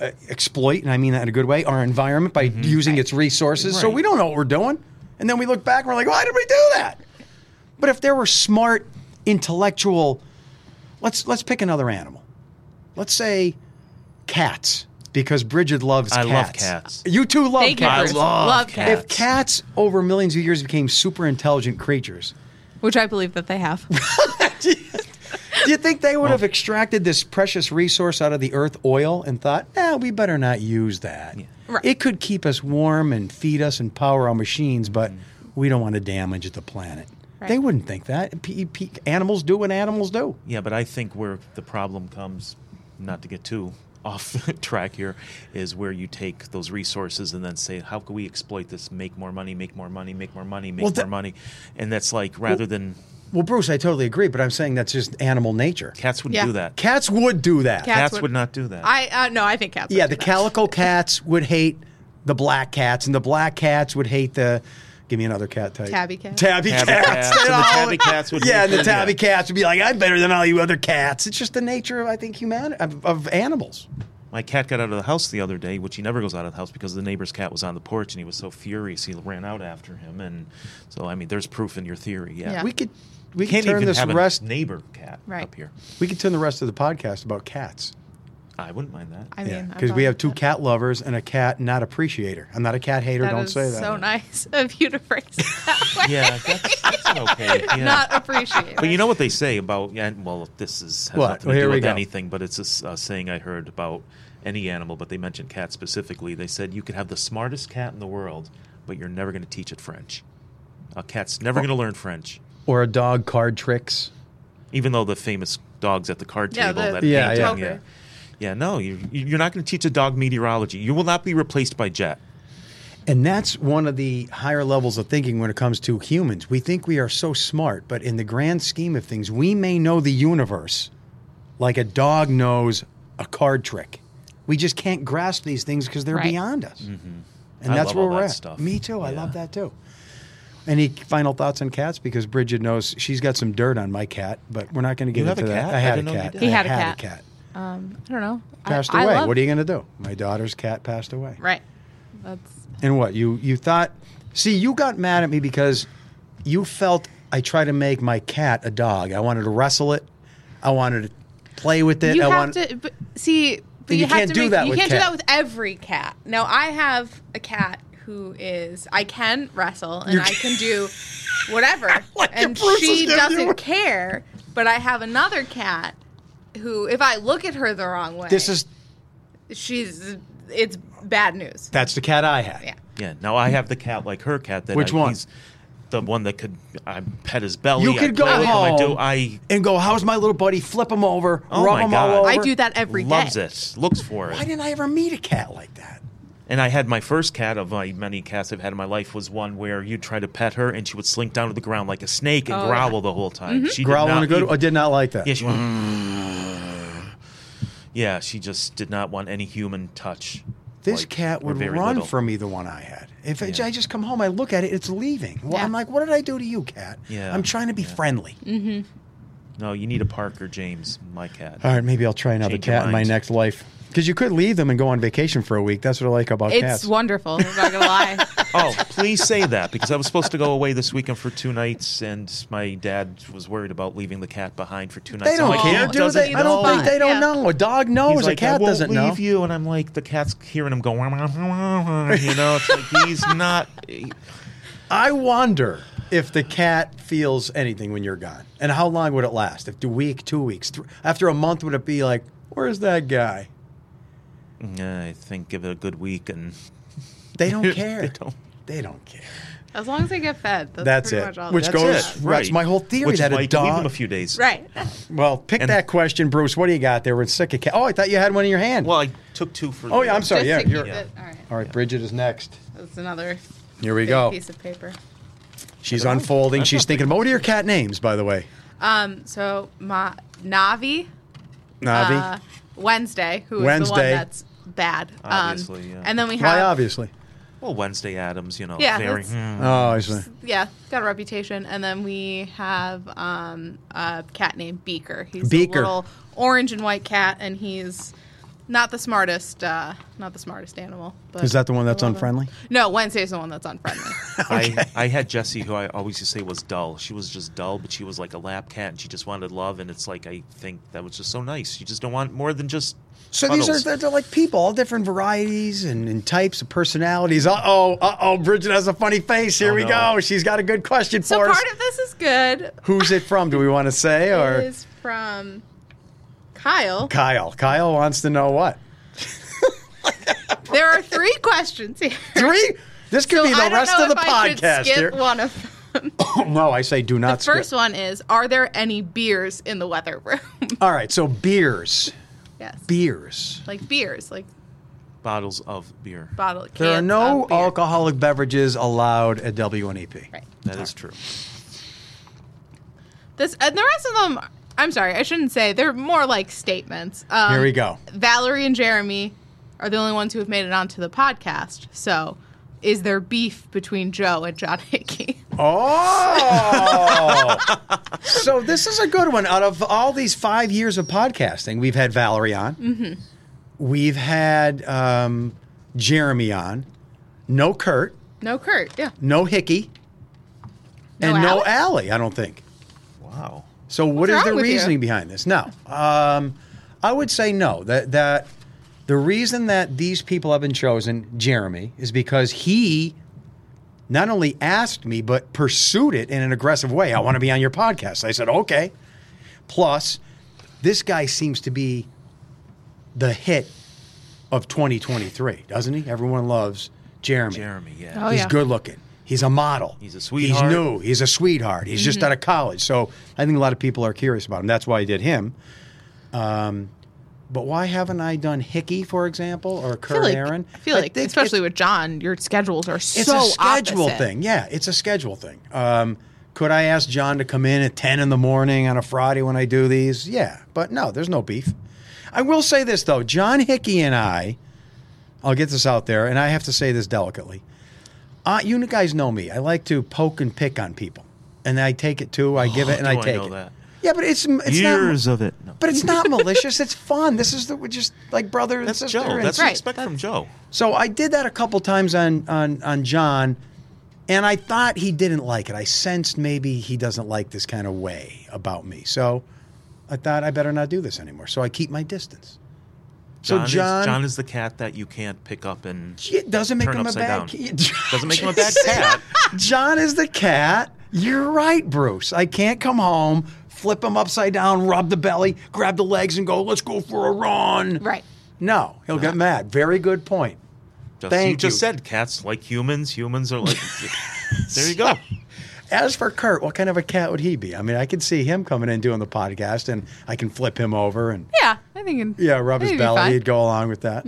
Speaker 2: uh, exploit, and I mean that in a good way, our environment by using its resources. So
Speaker 3: Mm-hmm. Right.
Speaker 2: we don't know what we're doing. And then we look back and we're like, why did we do that? But if there were smart, intellectual, let's let's pick another animal. Let's say cats, because Bridget loves
Speaker 3: I
Speaker 2: cats.
Speaker 3: love cats.
Speaker 2: You two love
Speaker 4: Thank you,
Speaker 2: cats.
Speaker 4: Bruce.
Speaker 3: love
Speaker 4: Love
Speaker 3: cats.
Speaker 4: cats.
Speaker 2: If cats over millions of years became super intelligent creatures,
Speaker 4: Which I believe that they have.
Speaker 2: Do you think they would have extracted this precious resource out of the earth oil and thought, eh, we better not use that?
Speaker 4: Right.
Speaker 2: It could keep us warm and feed us and power our machines, but we don't want to damage the planet.
Speaker 4: Right.
Speaker 2: They wouldn't think that. P- e, p- animals do what animals do.
Speaker 3: Yeah, but I think where the problem comes, not to get too off track here, is where you take those resources and then say, how can we exploit this? Make more money, make more money, make more money, make
Speaker 2: Well,
Speaker 3: more
Speaker 2: that-
Speaker 3: money. And that's like rather than
Speaker 2: Well, Bruce, I totally agree, but I'm saying that's just animal nature.
Speaker 3: cats would
Speaker 4: Yeah.
Speaker 3: do that.
Speaker 2: Cats would do that.
Speaker 4: Cats
Speaker 3: Cats
Speaker 4: would-
Speaker 3: would, not do that.
Speaker 4: I uh, no, I think cats. would
Speaker 2: yeah,
Speaker 4: do
Speaker 2: the
Speaker 4: that.
Speaker 2: calico cats would hate the black cats, and the black cats would hate the Give me another cat type.
Speaker 4: Tabby cat.
Speaker 2: Tabby,
Speaker 3: Tabby
Speaker 2: cats.
Speaker 3: cats.
Speaker 2: They'd
Speaker 3: And the
Speaker 2: all-
Speaker 3: tabby cats would
Speaker 2: yeah, and the
Speaker 3: be-
Speaker 2: tabby
Speaker 3: yeah.
Speaker 2: cats would be like, I'm better than all you other cats. It's just the nature of, I think, human of, of animals.
Speaker 3: My cat got out of the house the other day, which he never goes out of the house because the neighbor's cat was on the porch and he was so furious he ran out after him. And so, I mean, there's proof in your theory. Yeah.
Speaker 4: Yeah.
Speaker 2: We could we could
Speaker 3: can't
Speaker 2: turn
Speaker 3: even
Speaker 2: this
Speaker 3: have
Speaker 2: rest
Speaker 3: a neighbor cat
Speaker 4: Right.
Speaker 3: up here.
Speaker 2: we could turn the rest of the podcast about cats.
Speaker 3: I wouldn't mind that.
Speaker 4: I
Speaker 2: Yeah,
Speaker 4: mean, I'm
Speaker 2: because we
Speaker 4: fine
Speaker 2: have
Speaker 4: with
Speaker 2: two
Speaker 4: that.
Speaker 2: cat lovers and a cat not appreciator. I'm not a cat hater.
Speaker 4: That
Speaker 2: don't
Speaker 4: is
Speaker 2: say that.
Speaker 4: So nice of you to phrase it that way.
Speaker 3: yeah, that's, that's okay. Yeah.
Speaker 4: Not appreciate.
Speaker 3: But you know what they say about yeah, well, this is has
Speaker 2: What?
Speaker 3: nothing
Speaker 2: Well,
Speaker 3: to
Speaker 2: here
Speaker 3: do
Speaker 2: we
Speaker 3: with
Speaker 2: go.
Speaker 3: anything, but it's a s- a saying I heard about any animal, but they mentioned cats specifically. They said you could have the smartest cat in the world, but you're never going to teach it French. A cat's
Speaker 2: Oh.
Speaker 3: never going to learn French,
Speaker 2: Or a dog card tricks.
Speaker 3: even though the famous dogs at the card
Speaker 4: Yeah,
Speaker 3: table
Speaker 4: the-
Speaker 3: that
Speaker 2: Yeah,
Speaker 3: painting,
Speaker 2: yeah.
Speaker 3: yeah.
Speaker 4: Poker.
Speaker 3: Yeah, no, you, you're not going to teach a dog meteorology. You will not be replaced by Jet.
Speaker 2: And that's one of the higher levels of thinking when it comes to humans. We think we are so smart, but in the grand scheme of things, we may know the universe like a dog knows a card trick. We just can't grasp these things because they're
Speaker 4: Right.
Speaker 2: beyond us. And
Speaker 3: Mm-hmm. I
Speaker 2: that's
Speaker 3: love
Speaker 2: where
Speaker 3: all
Speaker 2: we're
Speaker 3: that
Speaker 2: at.
Speaker 3: stuff.
Speaker 2: Me too. I
Speaker 3: Yeah.
Speaker 2: love that too. Any final thoughts on cats? Because Bridget knows she's got some dirt on my cat, but we're not going to get
Speaker 3: You have
Speaker 2: into
Speaker 3: a
Speaker 2: that.
Speaker 3: cat?
Speaker 2: I
Speaker 3: I
Speaker 2: had
Speaker 3: didn't
Speaker 2: a
Speaker 3: know you
Speaker 2: cat.
Speaker 3: did.
Speaker 4: He
Speaker 2: I
Speaker 4: had a cat.
Speaker 2: a cat.
Speaker 4: Um, I don't know. I-
Speaker 2: Passed
Speaker 4: I
Speaker 2: away.
Speaker 4: love-
Speaker 2: what are you going to do? My daughter's cat passed away.
Speaker 4: Right. That's
Speaker 2: And what you you thought? See, you got mad at me because you felt I tried to make my cat a dog. I wanted to wrestle it. I wanted to play with it.
Speaker 4: you
Speaker 2: I
Speaker 4: have
Speaker 2: want
Speaker 4: to but, see. But
Speaker 2: You
Speaker 4: you, have
Speaker 2: can't
Speaker 4: to
Speaker 2: do
Speaker 4: make,
Speaker 2: that
Speaker 4: You
Speaker 2: with
Speaker 4: can't do
Speaker 2: cat.
Speaker 4: that with every cat. Now I have a cat who is I can wrestle and
Speaker 2: You're-
Speaker 4: I can do whatever,
Speaker 2: Like your
Speaker 4: and
Speaker 2: Bruce
Speaker 4: she
Speaker 2: is gonna do
Speaker 4: doesn't
Speaker 2: it.
Speaker 4: care. But I have another cat who, if I look at her the wrong way,
Speaker 2: This is
Speaker 4: she's it's bad news.
Speaker 2: that's the cat I had.
Speaker 4: Yeah.
Speaker 3: Yeah. Now I have the cat like her cat. That
Speaker 2: Which
Speaker 3: I,
Speaker 2: one?
Speaker 3: He's the one that could I pet his belly.
Speaker 2: You
Speaker 3: I
Speaker 2: could go
Speaker 3: play with him, I do.
Speaker 2: home.
Speaker 3: I
Speaker 2: And go, how's my little buddy? Flip him over,
Speaker 3: Oh
Speaker 2: rub
Speaker 3: my
Speaker 2: him
Speaker 3: God.
Speaker 2: all over.
Speaker 4: I do that every day.
Speaker 3: loves it. Looks for
Speaker 2: Why
Speaker 3: it.
Speaker 2: didn't I ever meet a cat like that?
Speaker 3: And I had my first cat of my many cats I've had in my life was one where you'd try to pet her and she would slink down to the ground like a snake and
Speaker 4: Oh,
Speaker 3: growl the whole time. She did
Speaker 2: Growl
Speaker 3: not
Speaker 2: on a good.
Speaker 3: even-
Speaker 2: I did not like that.
Speaker 3: Yeah, she went.
Speaker 2: Mm.
Speaker 3: yeah, she just did not want any human touch.
Speaker 2: this
Speaker 3: like,
Speaker 2: cat
Speaker 3: or
Speaker 2: would
Speaker 3: very
Speaker 2: run
Speaker 3: little.
Speaker 2: from me. The one I had. If it-
Speaker 3: Yeah.
Speaker 2: I just come home, I look at it, it's leaving. Well,
Speaker 4: Yeah.
Speaker 2: I'm like, what did I do to you, cat?
Speaker 3: Yeah.
Speaker 2: I'm trying to be
Speaker 3: Yeah.
Speaker 2: friendly.
Speaker 3: No, you need a Parker James, my cat.
Speaker 2: All right, maybe I'll try another
Speaker 3: Change your
Speaker 2: cat in my
Speaker 3: mind.
Speaker 2: next life. Because you could leave them and go on vacation for a week. That's what I like about
Speaker 4: It's
Speaker 2: cats.
Speaker 4: wonderful. I'm not gonna lie.
Speaker 3: Oh, please say that because I was supposed to go away this weekend for two nights, and my dad was worried about leaving the cat behind for two nights.
Speaker 2: they don't
Speaker 3: I'm like,
Speaker 2: care,
Speaker 3: "Cat
Speaker 2: do
Speaker 3: doesn't
Speaker 2: they? I don't
Speaker 3: know."
Speaker 2: think they don't
Speaker 4: Yeah.
Speaker 2: know. A dog
Speaker 3: He's
Speaker 2: knows.
Speaker 3: like,
Speaker 2: a cat
Speaker 3: I won't
Speaker 2: doesn't
Speaker 3: leave
Speaker 2: know.
Speaker 3: you, and I'm like, the cat's hearing him go, "Wah, wah, wah, wah," you know, it's like he's not.
Speaker 2: I wonder if the cat feels anything when you're gone, and how long would it last? If a week, two weeks, th- after a month, would it be like, where's that guy?
Speaker 3: Yeah, I think give it a good week, and
Speaker 2: They don't care.
Speaker 3: They don't.
Speaker 2: They don't care.
Speaker 4: As long as I get fed,
Speaker 2: That's
Speaker 4: that's, pretty
Speaker 2: it.
Speaker 4: Much all
Speaker 2: Which
Speaker 4: that
Speaker 3: that's
Speaker 2: goes-
Speaker 4: matters.
Speaker 3: it,
Speaker 2: that's
Speaker 3: right?
Speaker 2: my whole theory
Speaker 3: Which
Speaker 2: that
Speaker 3: is
Speaker 2: a
Speaker 3: why you leave
Speaker 2: dog-
Speaker 3: him a few days.
Speaker 4: right.
Speaker 2: Well, pick
Speaker 3: And-
Speaker 2: that question, Bruce. What do you got there? We're sick of cat. Oh, I thought you had one in your hand.
Speaker 3: Well, I took two for.
Speaker 2: oh yeah, I'm sorry.
Speaker 4: Just
Speaker 2: yeah,
Speaker 4: to keep
Speaker 2: you're.
Speaker 4: it- All right.
Speaker 2: All right, Bridget is next.
Speaker 4: That's another
Speaker 2: Here we
Speaker 4: big
Speaker 2: go.
Speaker 4: piece of paper.
Speaker 2: She's
Speaker 3: I don't know.
Speaker 2: unfolding.
Speaker 3: That's
Speaker 2: She's
Speaker 3: not
Speaker 2: thinking. about What are your cat names, by the way?
Speaker 4: Um, so my Navi,
Speaker 2: Navi.
Speaker 4: uh, Wednesday, who is the
Speaker 2: Wednesday.
Speaker 4: one that's bad. Um,
Speaker 3: Obviously, yeah.
Speaker 4: And then we have
Speaker 2: Why, obviously.
Speaker 3: Well, Wednesday Adams, you know,
Speaker 4: Yeah,
Speaker 3: very.
Speaker 4: that's-
Speaker 3: hmm.
Speaker 2: Oh, I see.
Speaker 4: yeah, got a reputation. And then we have um, a cat named Beaker. He's
Speaker 2: Beaker.
Speaker 4: a little orange and white cat, and he's not the smartest, uh, not the smartest animal. But
Speaker 2: Is that the one that's
Speaker 4: I love him.
Speaker 2: unfriendly?
Speaker 4: No, Wednesday's the one that's unfriendly.
Speaker 3: I, I had Jessie, who I always used to say was dull. She was just dull, but she was like a lap cat, and she just wanted love. And it's like I think that was just so nice. You just don't want more than just.
Speaker 2: So these are
Speaker 3: cuddles.
Speaker 2: they're, they're like people, all different varieties and, and types of personalities. Uh oh, uh oh, Bridget has a funny face. Here
Speaker 3: Oh,
Speaker 2: we
Speaker 3: no.
Speaker 2: go. She's got a good question
Speaker 4: so
Speaker 2: for us.
Speaker 4: part of this is good.
Speaker 2: Who's it from? Do we want to say or
Speaker 4: It is from Kyle.
Speaker 2: Kyle? Kyle wants to know what
Speaker 4: There are three questions here.
Speaker 2: three. This could
Speaker 4: So
Speaker 2: be
Speaker 4: I
Speaker 2: the
Speaker 4: don't
Speaker 2: rest
Speaker 4: know
Speaker 2: of the
Speaker 4: if I should
Speaker 2: podcast
Speaker 4: skip
Speaker 2: here.
Speaker 4: One of them.
Speaker 2: no, I say do not.
Speaker 4: the first
Speaker 2: skip.
Speaker 4: one is: Are there any beers in the weather room?
Speaker 2: All right, so beers,
Speaker 4: yes,
Speaker 2: beers.
Speaker 4: like beers, like
Speaker 3: bottles of beer.
Speaker 4: bottle.
Speaker 2: There are
Speaker 4: cans
Speaker 2: no
Speaker 4: of beer.
Speaker 2: alcoholic beverages allowed at E WNEP.
Speaker 4: Right.
Speaker 3: That is true.
Speaker 4: This and the rest of them. I'm sorry, I shouldn't say. They're more like statements. Um,
Speaker 2: Here we go.
Speaker 4: Valerie and Jeremy are the only ones who have made it onto the podcast. So, is there beef between Joe and John Hickey?
Speaker 2: Oh, so this is a good one. Out of all these five years of podcasting, we've had Valerie on, we've had um, Jeremy on, no Kurt,
Speaker 4: No, Kurt. Yeah.
Speaker 2: no Hickey,
Speaker 4: No
Speaker 2: and no
Speaker 4: Ally?
Speaker 2: Allie. I don't think.
Speaker 3: Wow.
Speaker 2: So what is
Speaker 4: wrong
Speaker 2: the
Speaker 4: with you?
Speaker 2: reasoning behind this? No, um, I would say no. That that the reason that these people have been chosen, Jeremy, is because he not only asked me but pursued it in an aggressive way. I want to be on your podcast. I said okay. Plus, this guy seems to be the hit of 2023, doesn't he? Everyone loves Jeremy.
Speaker 3: Jeremy, yeah.
Speaker 4: Oh,
Speaker 2: he's
Speaker 4: yeah.
Speaker 2: good looking. He's a model.
Speaker 3: He's a sweetheart.
Speaker 2: He's new. He's a sweetheart. He's
Speaker 4: Mm-hmm.
Speaker 2: just out of college. So I think a lot of people are curious about him. That's why I did him. Um, but why haven't I done Hickey, for example, or
Speaker 4: I feel
Speaker 2: Kurt
Speaker 4: like,
Speaker 2: Aaron?
Speaker 4: I feel like,
Speaker 2: think
Speaker 4: especially
Speaker 2: it's-
Speaker 4: with John, your schedules are so
Speaker 2: it's a schedule
Speaker 4: opposite.
Speaker 2: thing. Yeah, it's a schedule thing. Um, could I ask John to come in at ten in the morning on a Friday when I do these? Yeah, but no, there's no beef. I will say this though, John Hickey and I, I'll get this out there, and I have to say this delicately. Uh, you guys know me. I like to poke and pick on people, and I take it too. I give it, and
Speaker 3: Oh, do
Speaker 2: I
Speaker 3: I
Speaker 2: take
Speaker 3: know
Speaker 2: it.
Speaker 3: that?
Speaker 2: Yeah, but it's, it's not-
Speaker 3: Years of it. No.
Speaker 2: But it's not malicious. It's fun. This is the we're just like brother and
Speaker 3: That's
Speaker 2: sister.
Speaker 3: Joe.
Speaker 2: and
Speaker 3: That's what you
Speaker 4: Right,
Speaker 3: expect
Speaker 4: that's-
Speaker 3: from Joe.
Speaker 2: so I did that a couple times on on on John, and I thought he didn't like it. I sensed maybe he doesn't like this kind of way about me. So I thought I better not do this anymore. So I keep my distance. So
Speaker 3: John,
Speaker 2: John-
Speaker 3: is, John is the cat that you can't pick up and
Speaker 2: It doesn't make
Speaker 3: Turn
Speaker 2: him a
Speaker 3: upside
Speaker 2: bad
Speaker 3: down.
Speaker 2: kid.
Speaker 3: doesn't make him a bad cat.
Speaker 2: John is the cat. You're right, Bruce. I can't come home, flip him upside down, rub the belly, grab the legs, and go. Let's go for a run.
Speaker 4: Right.
Speaker 2: No, he'll get mad. Very good point.
Speaker 3: Just,
Speaker 2: Thank
Speaker 3: you just
Speaker 2: you.
Speaker 3: said cats like humans. Humans are like. there you go.
Speaker 2: As for Kurt, what kind of a cat would he be? I mean, I could see him coming in doing the podcast, and I can flip him over and
Speaker 4: Yeah, I think.
Speaker 2: yeah, rub
Speaker 4: I
Speaker 2: his
Speaker 4: think it'd be
Speaker 2: belly.
Speaker 4: fine.
Speaker 2: He'd go along with that.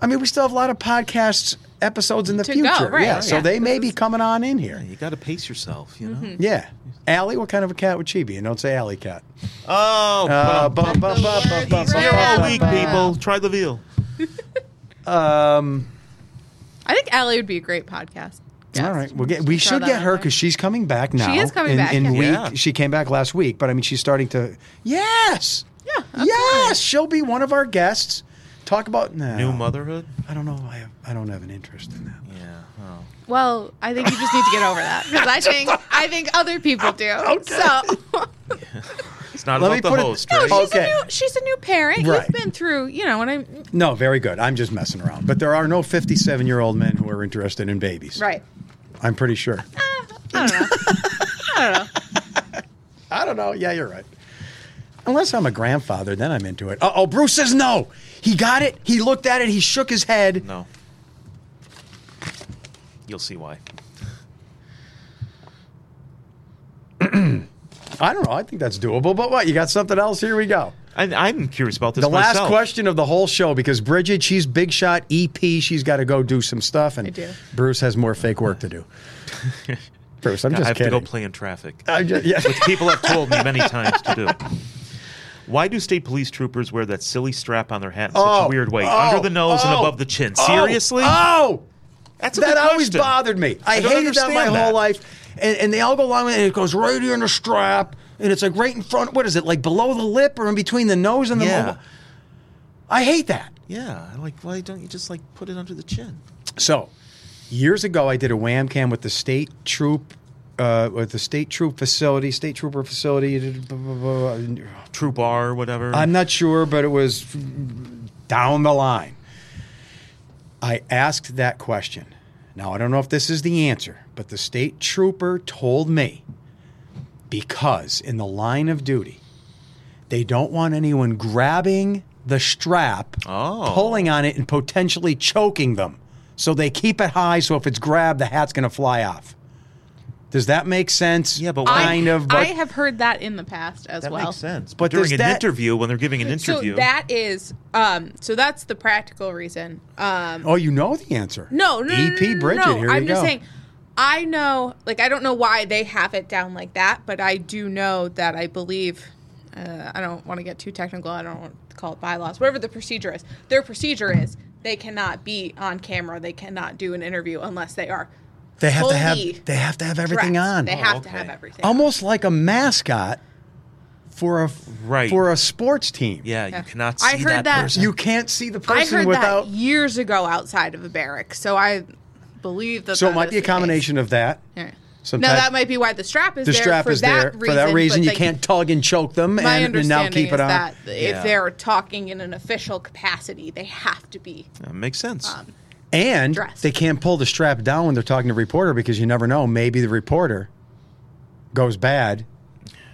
Speaker 2: I mean, we still have a lot of podcasts episodes in the
Speaker 4: To go,
Speaker 2: future.
Speaker 4: right,
Speaker 2: yeah, so
Speaker 4: yeah.
Speaker 2: they may be coming on in here.
Speaker 3: You got to pace yourself, you know.
Speaker 2: Yeah, Allie, what kind of a cat would she be? And don't say Allie cat.
Speaker 3: Oh,
Speaker 2: Uh,
Speaker 3: bum,
Speaker 2: bum, bum, bum, bum, bum,
Speaker 4: You're
Speaker 2: bum,
Speaker 4: all
Speaker 2: bum,
Speaker 3: week,
Speaker 2: bum.
Speaker 3: people. Try the veal.
Speaker 2: Um,
Speaker 4: I think Allie would be a great podcast. guest.
Speaker 2: All right, we'll get, we
Speaker 4: Throw
Speaker 2: should
Speaker 4: that
Speaker 2: get
Speaker 4: out
Speaker 2: her
Speaker 4: there.
Speaker 2: because she's coming back now.
Speaker 4: is coming
Speaker 2: in,
Speaker 4: back,
Speaker 2: In
Speaker 4: yeah.
Speaker 2: week,
Speaker 3: Yeah.
Speaker 2: she came back last week, but I mean, she's starting to. Yes.
Speaker 4: Yeah, absolutely.
Speaker 2: Yes, she'll be one of our guests. Talk about no,
Speaker 3: New motherhood.
Speaker 2: I don't know. I have, I don't have an interest in that.
Speaker 3: Yeah. Oh.
Speaker 4: Well, I think you just need to get over that because I think I think other people do. So
Speaker 3: It's not
Speaker 2: Let me
Speaker 3: about the
Speaker 2: put it-
Speaker 3: host,
Speaker 4: no,
Speaker 3: right?
Speaker 4: she's
Speaker 2: Okay.
Speaker 4: a new she's a new parent.
Speaker 2: Right.
Speaker 4: You've been through, you know, and I'm
Speaker 2: No, very good. I'm just messing around. But there are no 57 year old men who are interested in babies.
Speaker 4: right. Ah,
Speaker 2: I'm pretty sure.
Speaker 4: I don't know. I don't know.
Speaker 2: I don't know. Yeah, you're right. Unless I'm a grandfather, then I'm into it. Uh oh, Bruce says no. He got it. He looked at it. He shook his head.
Speaker 3: No. You'll see why.
Speaker 2: I don't know. I think that's doable. But what? You got something else? Here we go.
Speaker 3: I, I'm curious about this.
Speaker 2: The last
Speaker 3: myself.
Speaker 2: question of the whole show because Bridget, she's big shot EP. She's got to go do some stuff, and
Speaker 4: I do.
Speaker 2: Bruce has more fake work to do. Bruce, I'm
Speaker 3: I
Speaker 2: just
Speaker 3: have
Speaker 2: kidding.
Speaker 3: to go play in traffic.
Speaker 2: I'm just, yeah.
Speaker 3: People have told me many times to do. Why do state police troopers wear that silly strap on their hat in such
Speaker 2: Oh,
Speaker 3: a weird way,
Speaker 2: oh,
Speaker 3: under the nose and
Speaker 2: oh,
Speaker 3: above the chin?
Speaker 2: oh,
Speaker 3: Seriously,
Speaker 2: Oh,
Speaker 3: that's a
Speaker 2: that
Speaker 3: good
Speaker 2: always
Speaker 3: question.
Speaker 2: bothered me. I,
Speaker 3: I don't
Speaker 2: hated that my
Speaker 3: understand
Speaker 2: whole
Speaker 3: that.
Speaker 2: life, and, and they all go along with it. And it goes right here in the strap, and it's like right in front. What is it? Like below the lip or in between the nose and the.
Speaker 3: Yeah,
Speaker 2: I hate that.
Speaker 3: yeah. I'm Like, why don't you just like put it under the chin?
Speaker 2: So, years ago, I did a wham cam with the state troop, uh, with the state troop facility, state trooper facility. blah, blah, blah, blah.
Speaker 3: Troop R, or whatever.
Speaker 2: I'm not sure, but it was down the line. I asked that question. Now, I don't know if this is the answer, but the state trooper told me because in the line of duty, they don't want anyone grabbing the strap,
Speaker 3: Oh.
Speaker 2: pulling on it, and potentially choking them. So they keep it high. So if it's grabbed, the hat's going to fly off. Does that make sense?
Speaker 3: Yeah, but why-
Speaker 2: kind
Speaker 4: I,
Speaker 2: of. But
Speaker 4: I have heard that in the past as
Speaker 3: that
Speaker 4: well.
Speaker 3: makes sense.
Speaker 2: But
Speaker 3: But during
Speaker 2: does
Speaker 3: an
Speaker 2: that-
Speaker 3: interview, when they're giving an interview,
Speaker 4: So that is um so that's the practical reason. Um
Speaker 2: oh, you know the answer.
Speaker 4: no, no, no,
Speaker 2: EP
Speaker 4: no, no,
Speaker 2: E Bridget.
Speaker 4: no.
Speaker 2: Here
Speaker 4: I'm
Speaker 2: you
Speaker 4: just
Speaker 2: go.
Speaker 4: saying I know like I don't know why they have it down like that, but I do know that I believe uh, I don't want to get too technical. I don't want to call it bylaws. Whatever the procedure is, their procedure is They cannot be on camera. They cannot do an interview unless they are.
Speaker 2: They have to have
Speaker 4: fully
Speaker 2: they have to have everything
Speaker 4: dressed.
Speaker 2: on.
Speaker 4: They have to
Speaker 3: okay.
Speaker 4: have everything.
Speaker 2: Almost like a mascot for a
Speaker 3: Right.
Speaker 2: for a sports team.
Speaker 3: Yeah,
Speaker 4: Yeah.
Speaker 3: you cannot see
Speaker 4: I heard that-
Speaker 3: person.
Speaker 2: You can't see the
Speaker 4: I
Speaker 2: person
Speaker 4: heard
Speaker 2: without
Speaker 4: that years ago outside of a barracks, so I believe that.
Speaker 2: So it
Speaker 4: that
Speaker 2: might
Speaker 4: is
Speaker 2: be a
Speaker 4: the case.
Speaker 2: combination of that.
Speaker 4: Yeah.
Speaker 2: Some
Speaker 4: no,
Speaker 2: type-
Speaker 4: that might be why the strap is
Speaker 2: The
Speaker 4: there.
Speaker 2: strap
Speaker 4: for
Speaker 2: is there
Speaker 4: that reason,
Speaker 2: for that reason.
Speaker 4: but
Speaker 2: You
Speaker 4: they-
Speaker 2: can't tog and choke them
Speaker 4: My
Speaker 2: and, and now
Speaker 4: understanding
Speaker 2: keep
Speaker 4: is
Speaker 2: it on.
Speaker 4: that
Speaker 3: Yeah.
Speaker 4: if they're talking in an official capacity, they have to be.
Speaker 3: That makes sense.
Speaker 4: Um,
Speaker 2: And
Speaker 4: dressed.
Speaker 2: they can't pull the strap down when they're talking to a reporter because you never know. Maybe the reporter goes bad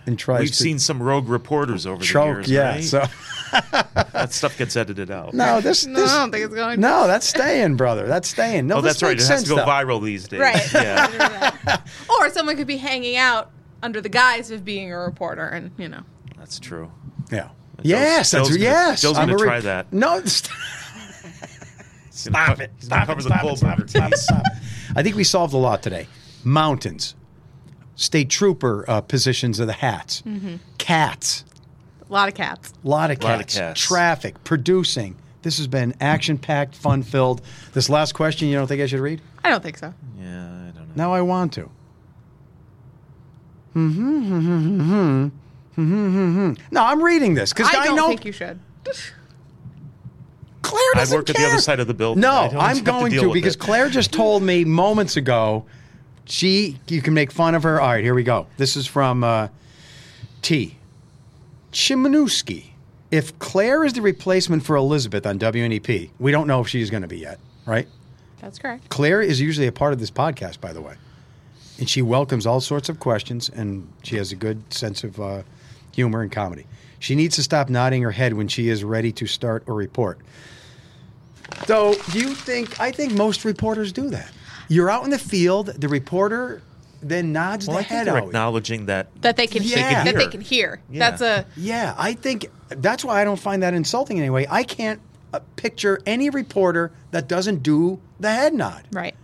Speaker 2: and tries
Speaker 3: We've
Speaker 2: to
Speaker 3: seen some rogue reporters over the
Speaker 2: choke.
Speaker 3: years.
Speaker 2: yeah.
Speaker 3: right?
Speaker 2: So
Speaker 3: that stuff gets edited out.
Speaker 2: no, this,
Speaker 4: No, I
Speaker 2: this-
Speaker 4: don't think it's going.
Speaker 2: no, that's staying, brother. That's staying. No,
Speaker 3: oh,
Speaker 2: this
Speaker 3: that's right. It
Speaker 2: makes
Speaker 3: has
Speaker 2: sense,
Speaker 3: to go
Speaker 2: though.
Speaker 3: viral these days.
Speaker 4: Right.
Speaker 3: Yeah.
Speaker 4: Or someone could be hanging out under the guise of being a reporter, and you know.
Speaker 3: That's true.
Speaker 2: Yeah. Yes, that's
Speaker 3: Joe's gonna-
Speaker 2: yes.
Speaker 3: Joe's
Speaker 2: I'm
Speaker 3: gonna
Speaker 2: a
Speaker 3: try that.
Speaker 2: No,
Speaker 3: He's gonna co- He's gonna cover the
Speaker 2: stop
Speaker 3: coal
Speaker 2: it, stop
Speaker 3: burner
Speaker 2: it, stop it,
Speaker 3: case.
Speaker 2: stop it. I think we solved a lot today. Mountains, state trooper uh, positions of the hats, cats,
Speaker 4: A lot of cats.
Speaker 2: a lot of
Speaker 3: Mm-hmm. Lot of
Speaker 2: cats,
Speaker 3: cats.
Speaker 2: traffic, producing. This has been action packed, fun filled. This last question, you don't think I should read?
Speaker 4: I don't think so.
Speaker 3: Yeah, I don't know.
Speaker 2: Now I want to. Mm-hmm. No, I'm reading this because
Speaker 4: I
Speaker 2: I,
Speaker 4: don't
Speaker 2: know
Speaker 4: think you should.
Speaker 2: Claire
Speaker 3: I
Speaker 2: doesn't
Speaker 3: work at the
Speaker 2: care.
Speaker 3: other side of the building. I
Speaker 2: No,
Speaker 3: don't have
Speaker 2: I'm
Speaker 3: to
Speaker 2: going
Speaker 3: deal
Speaker 2: to
Speaker 3: with
Speaker 2: because
Speaker 3: it.
Speaker 2: Claire just told me moments ago. She, you can make fun of her. All right, here we go. This is from uh, T. Chimanowski. If Claire is the replacement for Elizabeth on WNEP, we don't know if she's going to be yet, right?
Speaker 4: That's correct.
Speaker 2: Claire is usually a part of this podcast, by the way, and she welcomes all sorts of questions, and she has a good sense of uh, humor and comedy. She needs to stop nodding her head when she is ready to start a report. So, do you think? I think most reporters do that. You're out in the field. The reporter then nods
Speaker 3: Well,
Speaker 2: the
Speaker 3: I think
Speaker 2: head
Speaker 3: they're
Speaker 2: out.
Speaker 3: acknowledging that.
Speaker 4: That they can
Speaker 2: They
Speaker 4: hear.
Speaker 2: can
Speaker 4: That they
Speaker 3: hear.
Speaker 4: can hear.
Speaker 3: Yeah.
Speaker 4: That's a.
Speaker 2: Yeah, I think that's why I don't find that insulting in any way. I can't uh, picture any reporter that doesn't do the head nod.
Speaker 4: Right.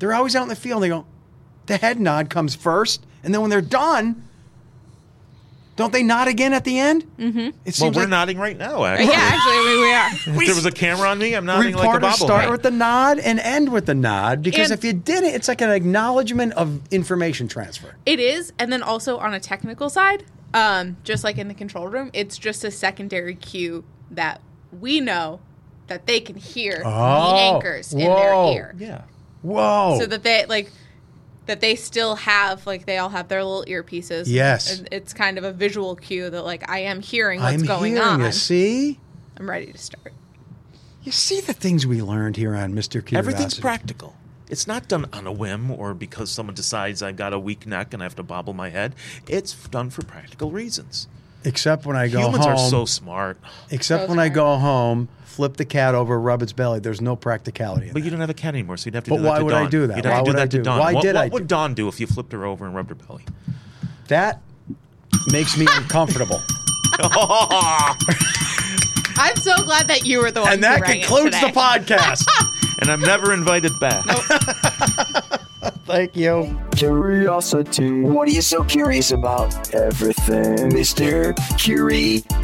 Speaker 2: They're always out in the field. They go, the head nod comes first, and then when they're done, don't they nod again at the end? Mm-hmm. It
Speaker 3: Well,
Speaker 2: seems
Speaker 3: we're
Speaker 2: like
Speaker 3: nodding right now.
Speaker 4: Yeah,
Speaker 3: Actually,
Speaker 4: actually, we, we are.
Speaker 3: if there was a camera on me, I'm nodding like a
Speaker 2: reporters start with
Speaker 3: bobblehead.
Speaker 2: the nod and end with the nod because
Speaker 4: And-
Speaker 2: if you did it, it's like an acknowledgement of information transfer.
Speaker 4: It is, and then also on a technical side, um, just like in the control room, it's just a secondary cue that we know that they can hear
Speaker 2: Oh,
Speaker 4: the anchors
Speaker 2: whoa.
Speaker 4: in their ear,
Speaker 3: Yeah.
Speaker 2: Whoa!
Speaker 4: so that they like that they still have like they all have their little earpieces.
Speaker 2: Yes.
Speaker 4: and it's kind of a visual cue that like I am hearing what's
Speaker 2: I'm
Speaker 4: going
Speaker 2: hearing
Speaker 4: on.
Speaker 2: you. See,
Speaker 4: I'm ready to start.
Speaker 2: you see the things we learned here on Mister Curiosity.
Speaker 3: Everything's practical. It's not done on a whim or because someone decides I've got a weak neck and I have to bobble my head. It's done for practical reasons.
Speaker 2: Except when I go
Speaker 3: Humans
Speaker 2: home.
Speaker 3: are so smart,
Speaker 2: except
Speaker 4: So
Speaker 2: when I
Speaker 4: smart.
Speaker 2: go home, flip the cat over, rub its belly. There's no practicality. In
Speaker 3: but
Speaker 2: that.
Speaker 3: you don't have a cat anymore, so you'd have to.
Speaker 2: But
Speaker 3: do that
Speaker 2: why
Speaker 3: to
Speaker 2: would I
Speaker 3: Dawn.
Speaker 2: do that?
Speaker 3: You'd
Speaker 2: Why
Speaker 3: have to
Speaker 2: would
Speaker 3: do that
Speaker 2: I
Speaker 3: to
Speaker 2: do-
Speaker 3: Dawn.
Speaker 2: why
Speaker 3: what,
Speaker 2: did
Speaker 3: what
Speaker 2: I do-
Speaker 3: would Dawn do if you flipped her over and rubbed her belly?
Speaker 2: that makes me uncomfortable.
Speaker 4: I'm so glad that you were the one.
Speaker 2: And that
Speaker 4: who rang it
Speaker 2: concludes the
Speaker 4: today.
Speaker 2: podcast.
Speaker 3: And I'm never invited back.
Speaker 2: Thank you.
Speaker 1: Curiosity. What are you so curious about? Everything, Mr. Curiosity.